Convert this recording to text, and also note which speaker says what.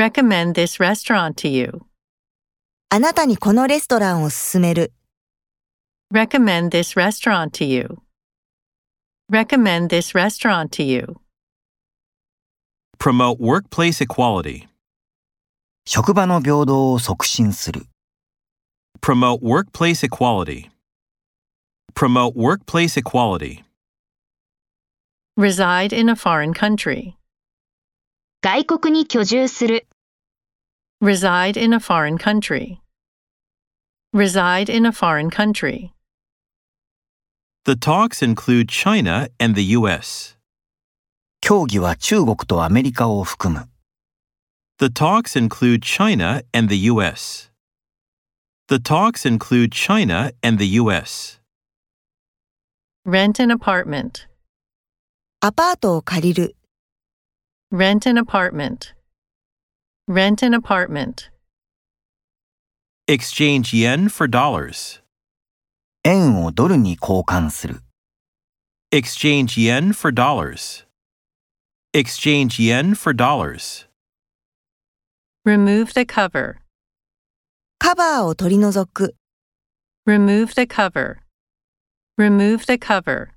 Speaker 1: recommend this restaurant to you.
Speaker 2: あなたにこのレストランを勧める。
Speaker 1: Recommend this restaurant to you. Recommend this restaurant to you.
Speaker 3: Promote workplace equality.
Speaker 4: 職場の平等を促進する。
Speaker 3: Promote workplace equality. Promote workplace equality.
Speaker 1: Reside in a foreign country.
Speaker 5: 外国に居住する。
Speaker 1: Reside in a foreign country. Reside in a foreign country.
Speaker 3: The talks include China and the U.S.
Speaker 4: 協議は中国とアメリカを含む。
Speaker 3: The talks include China and the U.S. The talks include China and the U.S.
Speaker 1: Rent an apartment.
Speaker 2: アパートを借りる。
Speaker 1: Rent an apartment. Rent an apartment.
Speaker 3: Exchange yen for dollars.
Speaker 4: 円をドルに交換する。
Speaker 3: Exchange yen for dollars. Exchange yen for dollars.
Speaker 1: Remove the cover.
Speaker 2: カバーを取り除く。
Speaker 1: Remove the cover. Remove the cover.